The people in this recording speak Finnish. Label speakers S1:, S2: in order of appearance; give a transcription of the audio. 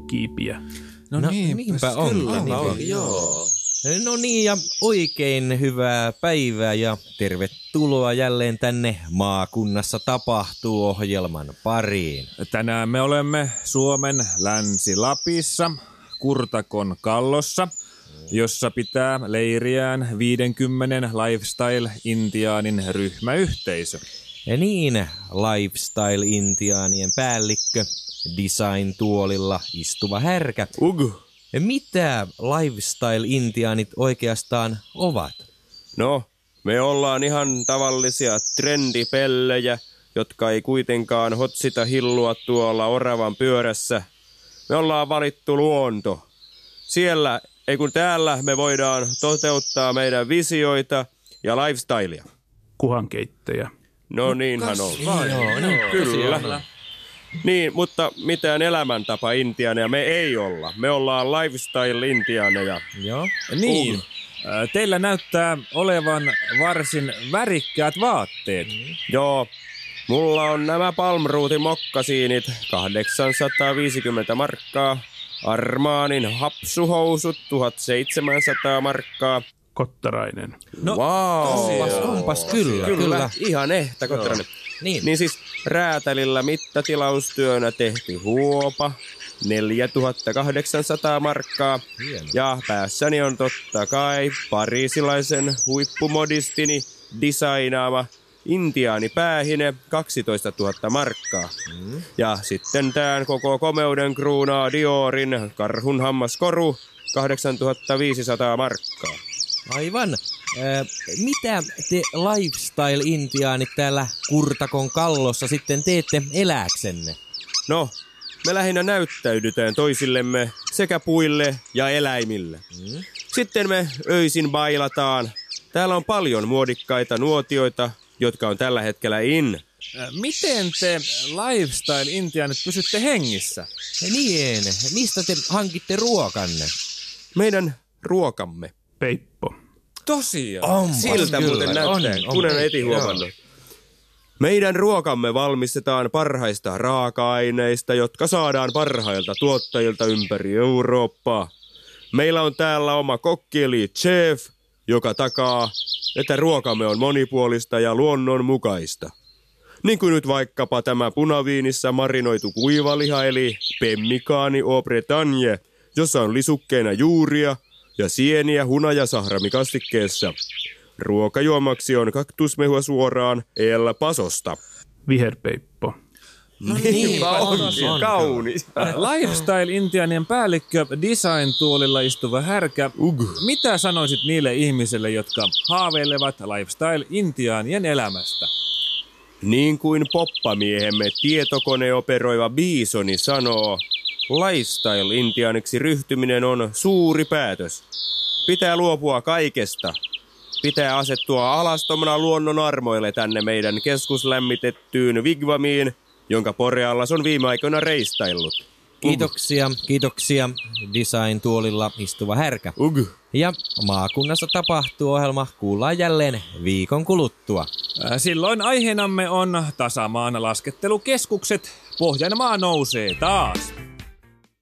S1: puukiipiä.
S2: No, no niinpä on.
S3: Kyllä,
S2: Niinpä
S3: on,
S2: on.
S3: on. Joo.
S2: No niin, ja oikein hyvää päivää ja tervetuloa jälleen tänne maakunnassa tapahtuu ohjelman pariin.
S4: Tänään me olemme Suomen länsilapissa, Kurtakon kallossa, jossa pitää leiriään 50 lifestyle-intiaanin ryhmäyhteisö.
S2: Ja niin, lifestyle-intiaanien päällikkö, design-tuolilla istuva härkä.
S4: Ug!
S2: Ja Mitä lifestyle-intiaanit oikeastaan ovat?
S3: No, me ollaan ihan tavallisia trendipellejä, jotka ei kuitenkaan hotsita hillua tuolla oravan pyörässä. Me ollaan valittu luonto. Siellä, ei kun täällä me voidaan toteuttaa meidän visioita ja lifestylea.
S1: Kuhankeittäjä.
S3: No niinhän on. Joo,
S4: no.
S3: niin, kyllä. Niin, mutta mitään elämäntapa intianeja me ei olla. Me ollaan lifestyle-intianeja.
S2: Joo.
S4: Niin, äh, teillä näyttää olevan varsin värikkäät vaatteet.
S3: Joo, mulla on nämä palmruuti mokkasiinit, 850 markkaa. Armaanin hapsuhousut, 1700 markkaa.
S1: Kottarainen.
S2: No,
S3: wow.
S2: Onpas, onpas kyllä,
S3: Kyllä,
S2: kyllä.
S3: ihan ehtä, Kottarainen.
S2: Niin.
S3: Niin siis räätälillä mittatilaustyönä tehty huopa, 4800 markkaa.
S2: Hieno.
S3: Ja päässäni on totta kai pariisilaisen huippumodistini designaama Intiaani päähine 12 000 markkaa. Mm. Ja sitten tämän koko komeuden kruunaa Diorin karhun hammaskoru 8500 markkaa.
S2: Aivan. Ö, mitä te lifestyle-intiaanit täällä Kurtakon kallossa sitten teette elääksenne?
S3: No, me lähinnä näyttäydytään toisillemme sekä puille ja eläimille. Mm. Sitten me öisin bailataan. Täällä on paljon muodikkaita nuotioita, jotka on tällä hetkellä in.
S4: Äh, Miten te lifestyle-intiaanit pysytte hengissä?
S2: Niin, mistä te hankitte ruokanne?
S3: Meidän ruokamme.
S1: Peippo.
S4: Tosiaan.
S2: Onpas
S3: Siltä muuten näyttää, kun en eti huomannut. Meidän ruokamme valmistetaan parhaista raaka-aineista, jotka saadaan parhailta tuottajilta ympäri Eurooppaa. Meillä on täällä oma kokki eli chef, joka takaa, että ruokamme on monipuolista ja luonnonmukaista. Niin kuin nyt vaikkapa tämä punaviinissä marinoitu kuivaliha eli pemmikaani au bretagne, jossa on lisukkeina juuria ja sieniä hunajasahrami-kastikkeessa. Ruokajuomaksi on kaktusmehua suoraan El Pasosta.
S1: Viherpeippo.
S2: No niin, on, on.
S3: Kaunis.
S4: Lifestyle-intiaanien päällikkö design-tuolilla istuva härkä. Ug. Mitä sanoisit niille ihmisille, jotka haaveilevat lifestyle-intiaanien elämästä?
S3: Niin kuin poppamiehemme tietokone operoiva Biisoni sanoo, lifestyle-intianiksi ryhtyminen on suuri päätös. Pitää luopua kaikesta. Pitää asettua alastomana luonnon armoille tänne meidän keskuslämmitettyyn Vigvamiin, jonka Poreallas on viime aikoina reistaillut.
S2: Kiitoksia, kiitoksia design-tuolilla istuva härkä.
S3: Ug.
S2: Ja maakunnassa tapahtuu ohjelma kuullaan jälleen viikon kuluttua.
S4: Äh, Silloin aiheenamme on tasamaan laskettelukeskukset. Pohjanmaa nousee taas.